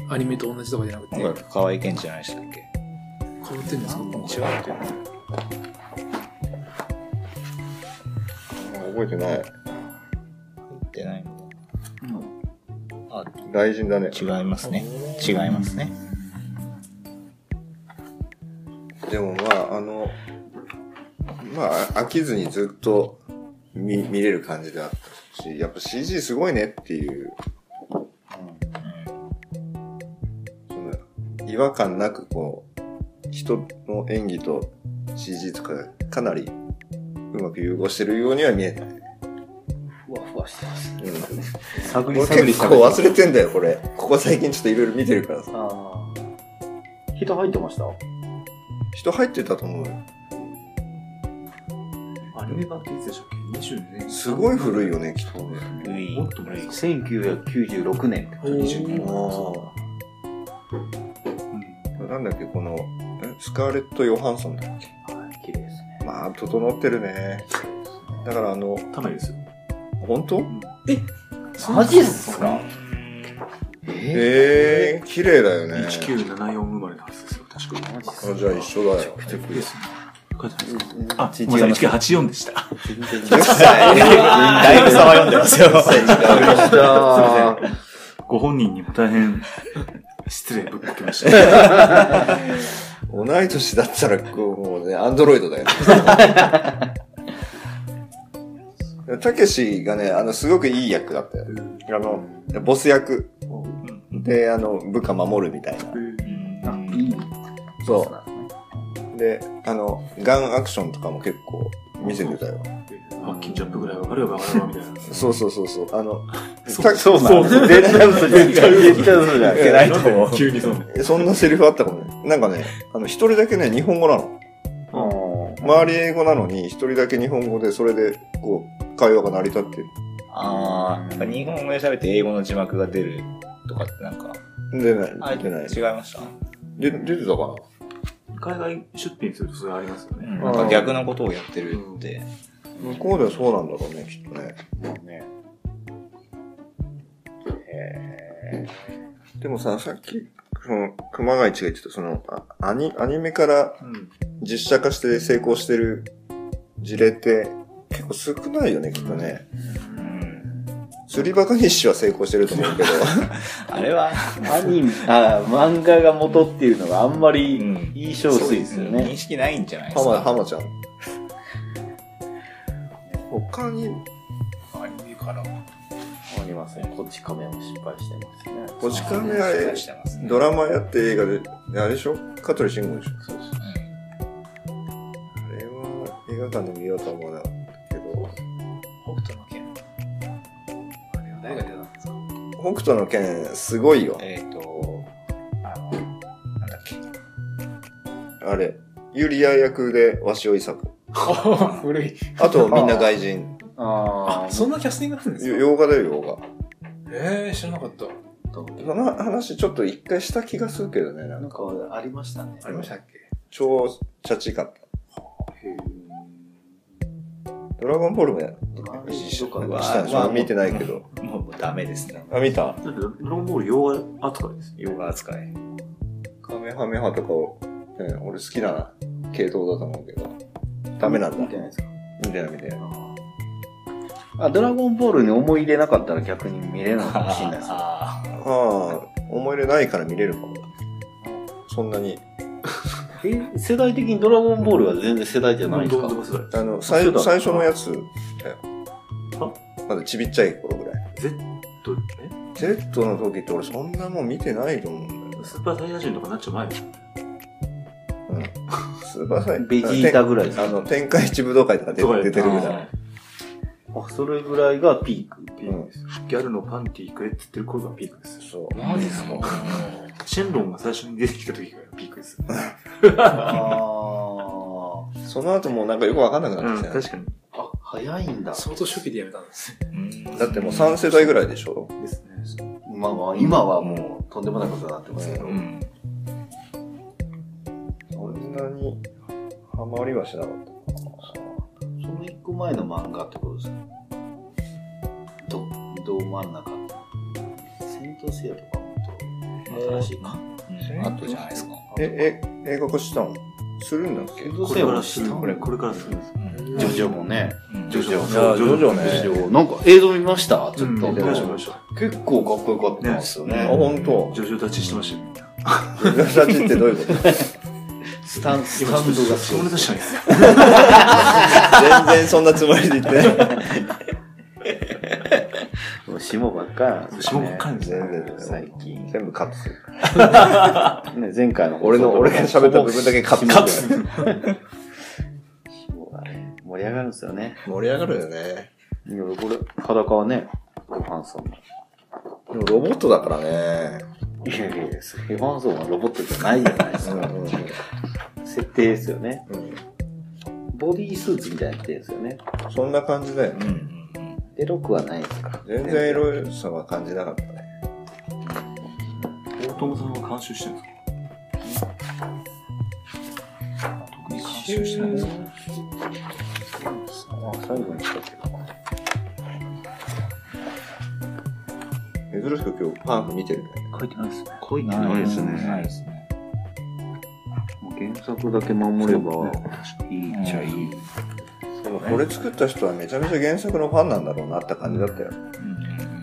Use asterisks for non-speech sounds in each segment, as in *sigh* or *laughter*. アニメと同じとかじゃなくて、音変わ楽河合健じゃないでしたっけってんですか違うかな覚えてない。言ってないの大臣だね。違いますね。違いますね。でもまあ、あの、まあ、飽きずにずっと見見れる感じであったし、やっぱ CG すごいねっていう、その違和感なくこう、人の演技と CG とかかなりうまく融合してるようには見えた。顔してます。探り俺探り結探り構忘れてんだよ、これ。ここ最近ちょっといろいろ見てるからさ。ああ。人入ってました人入ってたと思うよ。アニメ版っていつでしたっけ ?22 年。すごい古いよね、きっとね。ルイもっと古いです。 ?1996 年って。 22年。あうんあ。なんだっけ、この、えスカーレット・ヨハンソンだっけ。綺麗ですね。まあ、整ってるね。だからあの、たまにですよ。本当マジっすかえええー、綺麗だよね。 1974生まれのはずですよ、確かに。あじゃあ一緒だ *laughs* よ。ですね。書いてないですかぇ、あ、ごめんなさい、1984でした。 10歳だいぶ差は読んでますよ。ご本人にも大変、失礼ぶっかけま *laughs* した。同い年だったら、こう、もうね、アンドロイド *laughs* だよ。たけしがね、あの、すごくいい役だったよ。あの、ボス役で、あの、部下守るみたいな。いい。そで、あの、ガンアクションとかも結構見せてたよ。マッキンジャップぐらいわかるよ、わかるわ、みたいな。そうそうそうそう。あの、そうたそうなの絶対嘘じゃん。絶対嘘じゃん。いけないと思う。急にそう。そんなセリフあったかもね。なんかね、あの、一人だけね、日本語なの。うん周り英語なのに、一人だけ日本語で、それで、こう、会話が成り立ってる。ああ、なんか日本語で喋って英語の字幕が出るとかってなんか、出ない。出ない。違いましたで出てたかな海外出品するとそれありますよね。なんか逆のことをやってるって。向こうではそうなんだろうね、きっとね。ねでもさ、さっき、その、熊谷一が言ってた、その、あアニ、アニメからうん。実写化して成功してる事例って、結構少ないよね、きっとね。うん釣りバカ日誌は成功してると思うけど。あれは、アニメ、あー漫画が元っていうのがあんまうりん印象薄いですよ認ね。識ないんじゃないです浜、か。浜ちゃん。他に、アニメから。ありますね。こっち亀も失敗してますね。こち亀は話してますねドラマやって映画で、あれでしょ香取慎吾でしょそうそうあれは映画館で見ようとは思わなかったけど、北斗の拳。あれは誰が出たんですか北斗の拳、すごいよ。えっと、あの、なんだっけ。あれ、ユリア役で鷲尾作。古い。あと、みんな外人。ああ *laughs* あ、、そんなキャスティングなんですよか洋画だよ、洋画。えー、知らなかった。その話ちょっと一回した気がするけどね、ななんんか。かありましたね。ありましたっけ超チャチかった。ドラゴンボールもやあしそうかしたんでしょわあ見てないけど。もうもうダメですね。あ、見ただってドラゴンボール洋画扱いですよ。洋画扱い。カメハメハとかを、うん俺好きな系統だと思うけど。ダメなんだ。見見ててないですかない見てない。あ、ドラゴンボールに思い入れなかったら逆に見れないかもしれないですね。あああ、思い入れないから見れるかも。そんなに。え、世代的にドラゴンボールは全然世代じゃないですドかンドンドン世代あの、最そうだ最初のやつだよ。まだちびっちゃい頃ぐらい。 Z、え Z の時って俺そんなもん見てないと思うんだよね。スーパーサイヤ人とかなっちゃう前うんスーパーサイベジータぐらいですあの、天下一武道会とか出とかてで出てるぐらあい。あ、それぐらいがピーク。ピークですよギャルのパンティーくれって言ってる頃がピークですよそう。マジですかシェンロンが最初に出てきた時がピークですよあその後もうなんかよくわかんなくなってきたよね、かにあ。あ、早いんだ。相当初期でやめたんですね。だってもう3世代ぐらいでしょですねまあまあ、今はもうとんでもないことになってますけど。うん。そんなにハマりはしなかったその一個前の漫画ってことですかど、ど真ん中。戦闘セアとかもっと新しいか。うん。あとじゃないですか。え、え、映画化したのするんだっけ戦闘こセれアからはすしるたこれこれからするんですうんジョジョもね。うんジョジョもいやジョジョねジョジョなんか映像見ましたちうょっんと。大丈夫大丈結構かっこよかったんですよね。あ、ほんと夫ジョジョ立ちしてましたよみんな映画化ってどう *laughs* いうことスタンス今タンドがす下ごいネタじゃないですよ全然そんなつもりで言ってない。もう霜ばっかりなんです下よばねっ。かりです全然ね全然最近。全部カットする。ね、前回の俺の、俺が喋った部分だけカットカットする。霜がね盛り上がるんですよね。盛り上がるよね。いや、これ、裸はね、ヨハンソンの。でもロボットだからね。いやいやいや、ヨハンソンはロボットじゃないじゃないですうんか。うん設定ですよね。うん。ボディースーツみたいなやつですよね。そんな感じだようね。んうんエロくはないですか。全然エロさは感じなかったね。大友さんは監修してるんですか特に監修してないですかあ最後にしたけど。珍しく今日パンフ見てるね。書いてないですね。濃いうん。けどないですね。もないですね。う原作だけ守ればいいっちゃいい。でもこれ作った人はめちゃめちゃ原作のファンなんだろうなって感じだったよ。うん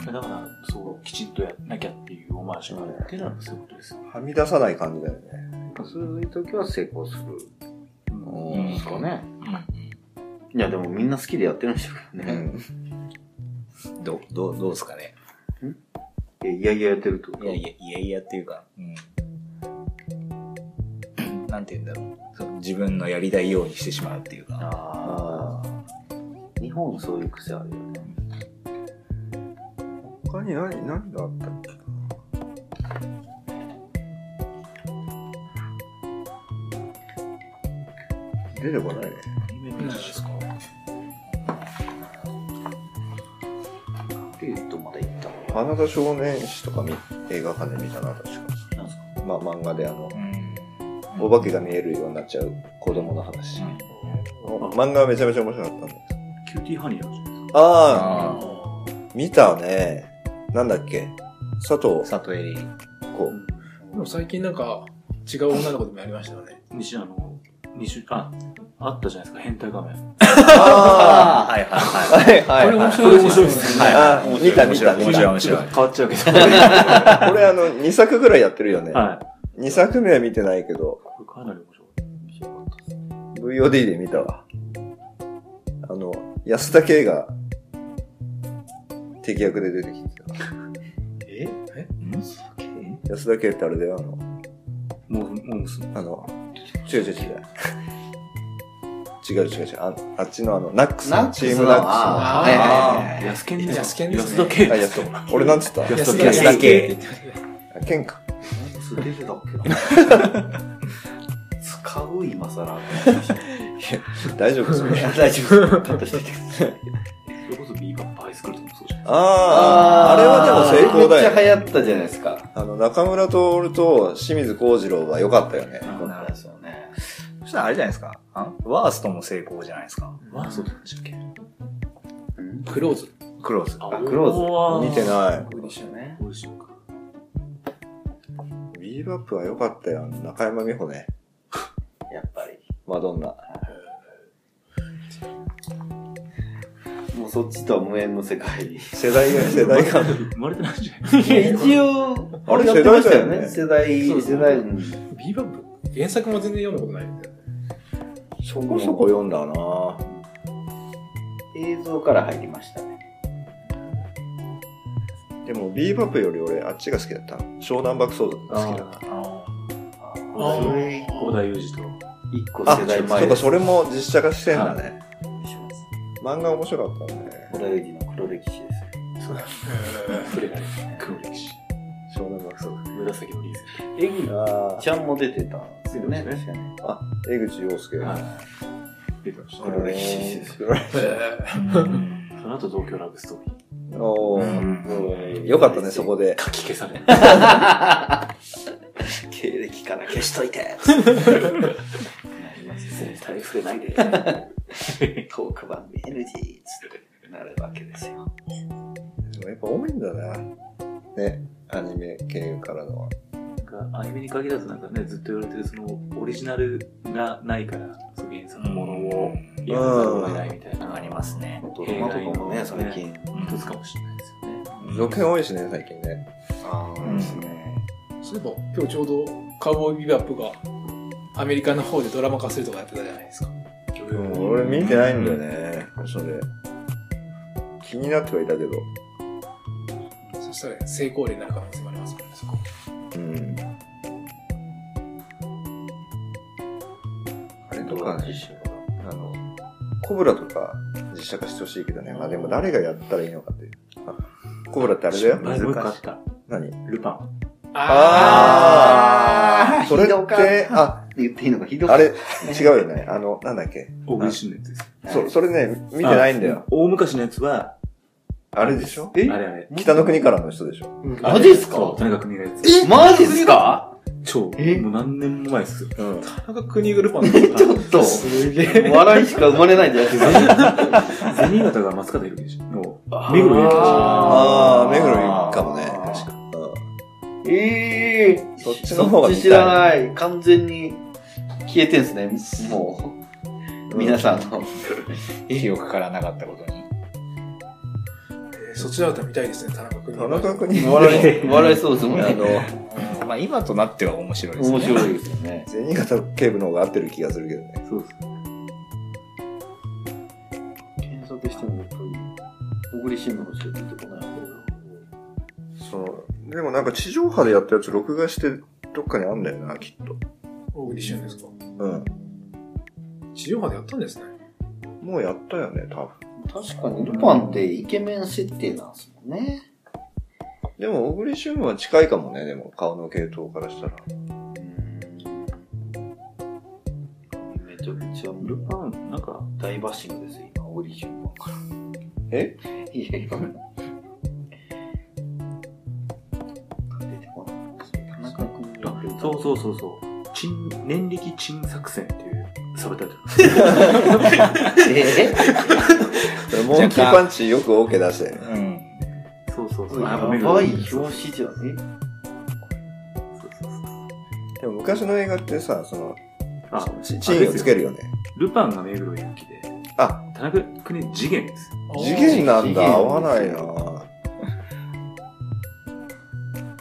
だから、そう、きちんとやんなきゃっていうオマージュがあってなんですそういうことですよ。はみ出さない感じだよね。そういう時は成功するうんんですかね。ういや、でもみんな好きでやってるんでしょううね。ん。ん。どう、どう、どうですかね。いやいやいややってるってこといやいや、いやいやっていうか、うん。なんて言うんだろう。その自分のやりたいようにしてしまうっていうか。ああ日本そういう癖あるよね他に何、何があったっけな出てこないね。アニメ見ないですかっていうとまだ行ったの花田少年誌とか見映画館で見たな、確か。なんすかまあ漫画であの、うん。お化けが見えるようになっちゃう子供の話。うん漫画はめちゃめちゃ面白かったんで。キューティーハニーなんじゃないですああかあ、見たね。なんだっけ佐あ。藤サトエリ。子。でも最近なんか、違う女の子でもやりましたよね。西あの、西、あ、あったじゃないですか、変態画あ面。ああ、はいはい *laughs* はい。あ、はいこれ面はい。白いですよね。はいあー見た見面白たい見面白いた。面白い。変わっちゃうけど。はこれあの、2作ぐらいやってるよね。い。 2作目は見てないけど、これかなり面白い。 VOD で見たわ。あの、安田圭が、敵役で出てきてえた。安田圭ってあれだよ、あの、モーフ、モームスの。あの、違う違う違う。違う違う違う。ああっちのあの、ナックスのチームナックスの。あ、あーはいはいはい安健です。安健ですね安田圭やっと。俺なんつった安田安田圭圭。あケンか。モームス出てたっけな使う今更大丈夫ですね。大丈夫カットしててそれこそビーバップハイスクールとかもそうじゃないああ、あれはでも成功だめっちよ。ゃ流行ったじゃないですかあの、中村徹と清水幸次郎は良かったよね。なるですよねそしたらあれじゃないですか。あワーストも成功じゃないですか。ワーストって何でしたっけクローズ。クローズ。あクローズ見てい。ない。そうでしたねどうでしょうか。ビーバップは良かったよ。中山美穂ね。やっぱりマドンナ。もうそっちとは無縁の世界に世代、世代が。生まれてないんじゃない一応あれやってましたよ世世代そうです世ね代ビーバップ原作も全然読んだことないんだよね。そこそこ読んだな映像から入りましたねでも、ビーバップより俺、あっちが好きだった。湘南爆走族が好きだ。あああーー小田裕二と。一個あ、世代前そうでか、すそれも実写化してんだね。します漫画面白かったね。小田裕二の黒歴史です触れられない。黒歴史。湘南爆走族。紫のリーゼ。えぐあちゃんも出てたんですよね。出てましーあ、江口洋介。い。出てました。黒歴史です黒歴史へーあ。うんその後東京ラブストーリー。おうんー。よかったね、そこで。書き消される。 *laughs* 経歴から消しといてなりますね絶対触れないで。トーク番組 NG っつってなるわけですよ。でもやっぱ多いんだな。ね、アニメ経由からのは。なんかアニメに限らずなんかねずっと言われてるそのオリジナルがないからその原作のものをやらざるを得ないみたいなありますね。ドラマとかもね、最近。うん一つかもしれないですよね続編多いしね、最近ね。ああ、ですね。そういえば、今日ちょうどカウボーイビバップがアメリカの方でドラマ化するとかやってたじゃないですか。うん、俺見てないんだよね、それ。気になってはいたけど。そしたら成功例になる可能性もありますからね、そこ。うん。あれとかね、あの、コブラとか実写化してほしいけどね。まあでも誰がやったらいいのかっていう。あコブラってあれだよ。前難もう一個あしっい。た。何ルパン。あーそれひどっかってて、あ、言っていいのかひどかあったれ、違うよね。あの、なんだっけ。大食いしんのやつです。そ、それね、見てないんだよ。あ。大昔のやつは、あれでしょえあれあれ。北の国からの人でしょマジっすかそう田中邦がやつ。えマジっすか超、もえう何年も前ですよ。うん。田中国ルパンのちょっと、すげえ。笑いしか生まれないんじゃな *laughs* くて。銭形が松方いるでしょ。もう、目黒いるでしょ。あー、目黒いいかもね。確か。ええー、そっちの方がそ見いったち知らない。完全に消えてんすね、もう。皆さんの。記憶からなかったことに。えーそっちだったら見たいですね、田中国田中国に笑い、笑いそうですもんね。あの、まあ今となっては面白いですね。面白いですよね。銭形警部の方が合ってる気がするけどね。そうです。検索してもやっぱり、小栗旬の方しか出てこないんだその、でもなんか地上波でやったやつ録画してどっかにあんだよな、きっと。大栗旬ですかうん。地上波でやったんですね。もうやったよね、多分。けど。確かに、ルパンってイケメン設定なんですもんね。でも、小栗旬は近いかもね、でも、顔の系統から *laughs* したら。めちゃくちゃルパン、なんか、大バッシングですよ、今、小栗旬の方かえら。いやいや、ごめん。出てこないですね。田中君あそうそうそうそう。陳、年力陳作戦っていうサブタイトル。えモンキーパンチよく OK 出して。うん。そうそうそう。やあ目ば黒いる表紙じゃねそうそうそうでも、昔の映画ってさ、その、あ、チチーンをつけるよね。ルパンが目黒勇気で、あ、田中邦次元です。次元なんだ、次元合わないなや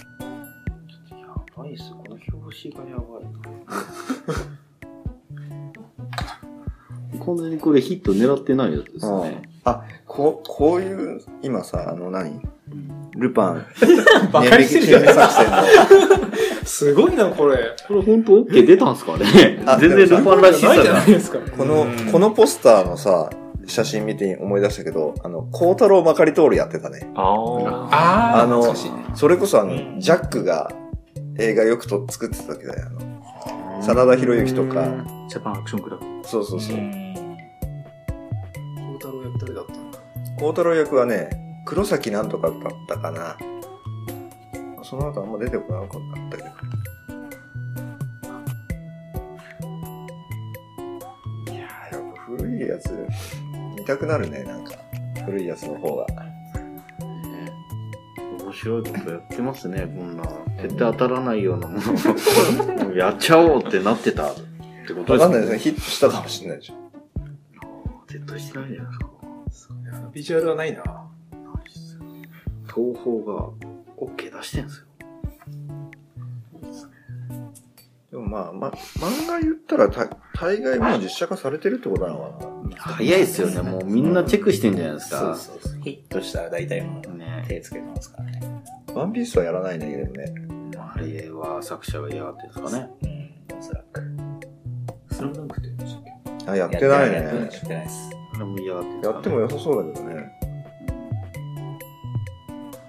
ばいっすよ、この表紙がやばいな。完全に *laughs* これヒット狙ってないやつですね。あ、こう、こういう、今さ、あの何、ルパン、バカにしてるじゃん念力検索してんのすごいな、これ。これ本当 OK 出たんすかねあ全然ルパンらしないさじゃがない。ですか。この、このポスターのさ、写真見て思い出したけど、あの、孝太郎まかり通りやってたね。ああ。あーあの懐かしいねそれこそあの、うんジャックが映画よくと作ってた時だよ。あの、真田広之とか、ジャパンアクションクラブ。そうそうそう。孝太郎役誰だったんだ孝太郎役はね、黒崎なんとかだったかな。その後あんま出てこなかったけど。いやー、やっぱ古いやつ、見たくなるね、なんか。古いやつの方が。面白いことやってますね、こんな。絶対当たらないようなもの *laughs* をやっちゃおうってなってたってことわでかすんねないですね、ヒットしたかもしれないでしょ。絶対してないじゃないですか。いやビジュアルはないな。東宝が OK 出してんですよ。でもまあ、ま、漫画言ったらた大概もう実写化されてるってことなのかな。早いですよね。もうみんなチェックしてんじゃないですか。そうそうそう。ヒットしたら大体もうね手つけてますからね。ワンピースはやらないんだけどね。あれは作者が嫌がってですかね。うん、おそらく。スラムダンクって言うんでしたっけあ、やってないやってないやね。ってないです。あれも嫌がってですかやねっても良さそうだけどね。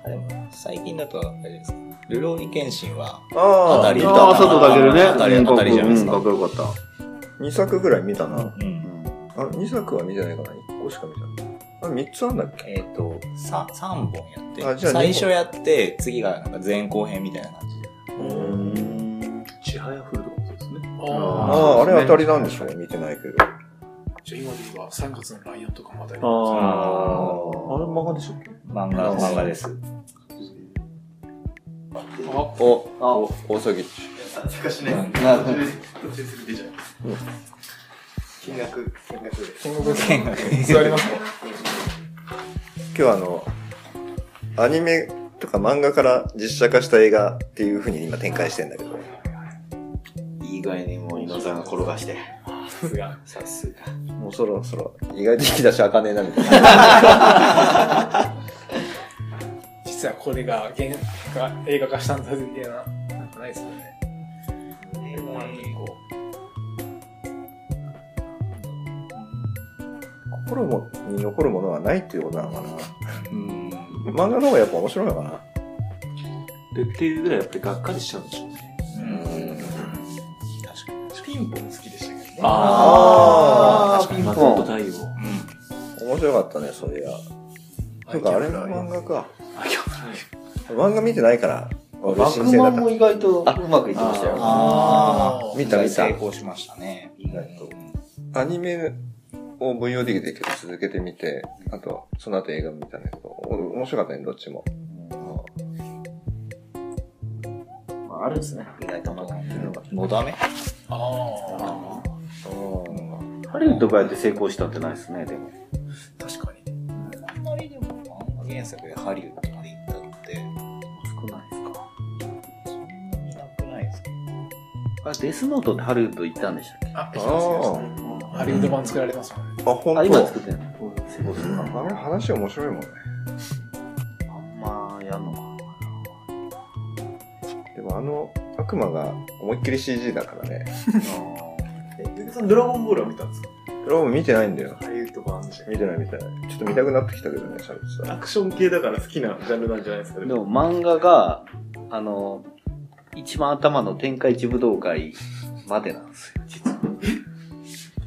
あでも、最近だと、あれですか。ルローニケンシンは、ああたり見ああ、たそ佐うな。藤だけるね。当たりうん当たりじゃないですかかっこよかっ2作ぐらい見たう。な。た。うんん。あ、2作は見てないかな。1個しか見てない。あ、3つあんだっけえっ、と、さ三本やってあじゃあ最初やって、次がなんか前後編みたいな感じで。ちはやふるとかもそうですね。あああ。あ、あれ当たりなんでしょうね見てないけど。じゃあ今で言えば3月のライオンとかも当たりあ前ですねあれ漫画でしたっけ漫画、漫画です。あ、お、あ、大崎。なるほど。天国ですね *laughs* 座りますか今日はあの、アニメとか漫画から実写化した映画っていう風に今展開してんだけど。いい具合にもう井野さんが転がして。さすが。さすが。もうそろそろ、意外と引き出し開かねえなみたいな。実はこれが原画映画化したんだみたいな、なんかないですよね。うんコラボに残るものはないっていうことなのかうん。な。漫画の方がやっぱ面白いのかな。でっていうぐらいやっぱりがっかりしちゃうんでしょうね。うん。ピンポン好きでしたけどね。あーピンポン松本太陽。面白かったね、そりゃ。なんかあれの漫画か。あ、キャプライ漫画見てないから、俺バ新ック鮮だマっンたも。意外とうまくいってましたよ。ああ見た見た成。功しましたね。意外と。アニメを VOD で続けてみて、あと、その後映画見たんだけど、お面白かったね、どっちも。まあ、あるんですね。意外とまだ。のだめあハリウッドがやって成功したってないですね、でも。確かに。あんまりでも漫画原作でハリウッドまで行ったのって、少ないですか。そんなになくないですかあ、デスノートってハリウッド行ったんでしたっけあ、あハリウッド版作られますもんね。あ、ほんあ、と。今作ってんの成功するかあれ話面白いもんね。あんまやんのかでもあの悪魔が思いっきり CG だからね。え、そのドラゴンボールは見たんですかローも見てないんだよ。ハリウッド版でしたっ見てない見てない。ちょっと見たくなってきたけどね、喋ってけたアクション系だから好きなジャンルなんじゃないですか、な。ででも。も漫画が、あの、一番頭の天下一武道会までなんですよ、実は。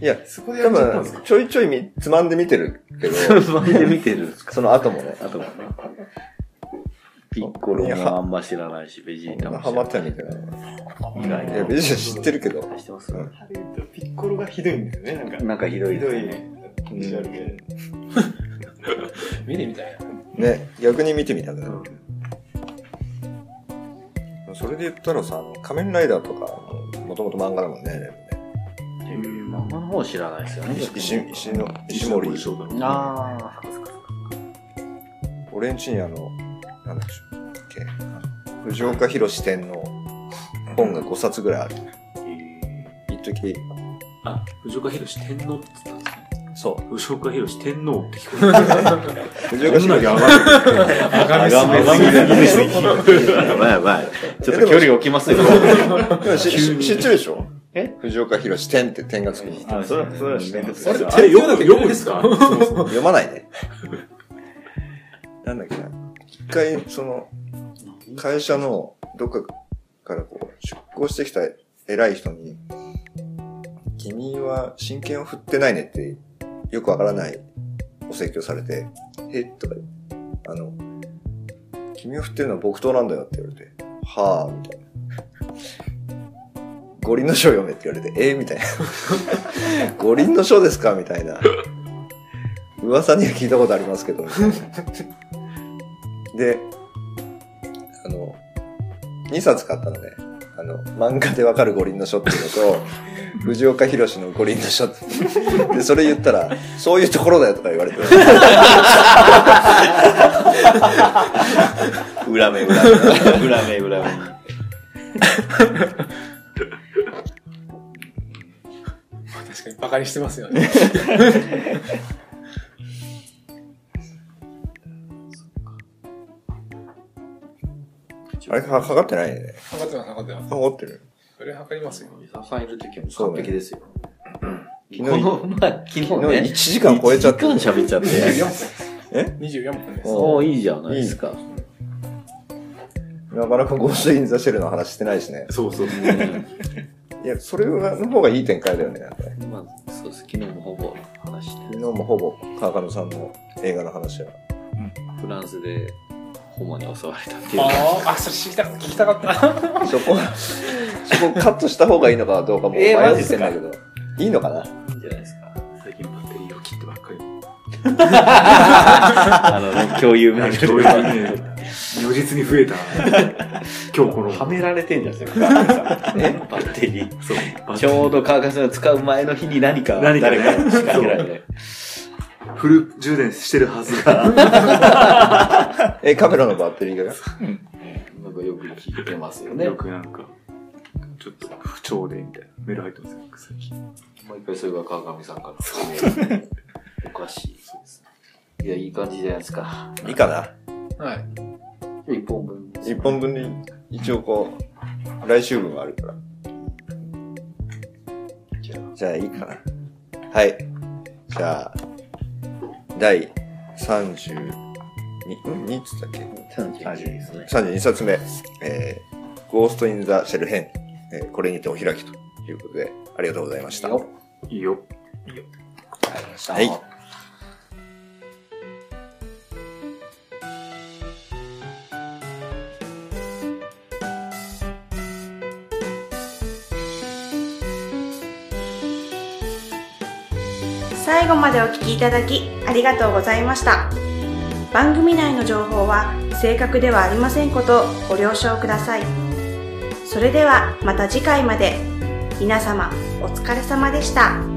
いや、そこでや多っちゃったんです分、かちょいちょいみつまんで見てるけど、マジで見てるんですかその後もね、 *laughs* あともね。ピッコロもあんま知らないし、ベジータもハ知マらっなてい。は見てない。意外いや、別に知ってるけど。知ってますうんハリウッド、ピッコロがひどいんですよね、なんか。なんかひどいひでどすいね。ビジュアルで。見てみたいな。ね、逆に見てみたくなる。それで言ったらさ、あの仮面ライダーとか、もともと漫画だもんね。でもね漫画の方知らないですよね。石石の石森。ああ、俺んちにあの、なんだっけ、藤岡弘店の本が5冊ぐらいある。一時あ、藤岡弘天皇って言ったんですね。そ藤岡弘天皇って聞こえた。う。藤岡弘あがめすぎやばいやばい。ちょっと距離置きますよ。でもしし知ってるでしょえ藤岡弘点って点がつくの。あ、それは、それは面倒くさい。あれ、読む、読むんです *laughs* か読まないね。なんだっけな。一回、その、会社のどっかからこう、出向してきた偉い人に、君は真剣を振ってないねって、よくわからないお説教されて、えとか言って、あの、君を振ってるのは木刀なんだよって言われて、はぁ、みたいな。五輪の書を読めって言われて、えー、みたいな。五輪の書ですかみたいな。噂には聞いたことありますけど、み *laughs* たいなで、あの、2冊買ったのね。あの、漫画でわかる五輪の書っていう *laughs* のと、藤岡弘の五輪の書って。で、それ言ったら、そういうところだよとか言 *laughs* われて。裏目、裏目。裏目、裏目。確かにバカにしてますよね。あれかかってないね。測ってます、測ってます。かかってる。それ測りますよ。伊沢さんいる時も完璧ですよ。昨こ日、の前、昨日ね。昨日1時間超えちゃって1。時間喋っちゃって。 24分です。おーいいじゃないですか。なかなかゴーストインザシェルの話してないしね。そうそう。いや、それはの方がいい展開だよね。なんかねまあ、そうです。昨日もほぼ話して昨日もほぼ川上さんの映画の話は。フランスでホモに襲われたっていうかああ、あ、それ知りた聞きたかった。そこ、そこカットした方がいいのかどうかも迷えーマジっっすてんかだけど。いいのかないいんじゃないですか。最近バッテリーを切ってばっかり。あのね、共有メー共有ル。メール如実に増 *laughs* えた。今日この。はめられてんじゃ *laughs* ん、バッテリー。そう。バッちょうど川上さんが使う前の日に何か、何かね誰かに仕掛けられて。フル充電してるはずが。え、カメラのバッテリーがなんかよく聞いてますよね。よもくなんか、ちょっと不調でみたいなメール入ってますよ、最近。う一回それが川上さんから。おかしい。いや、いい感じじゃないですか。いいかなはい。一本分。一本分で一応こう、来週分はあるから。じゃあいいかな。はい。じゃあ、第32、ん ?2 っつったっけ感じですね。 32冊目、えー、ゴースト・イン・ザ・シェル編、えーこれにてお開きということで、ありがとうございました。よいいよ。ありがとうございました。はい最後までお聞きいただきありがとうございました番組内の情報は正確ではありませんことをご了承くださいそれではまた次回まで皆様お疲れ様でした。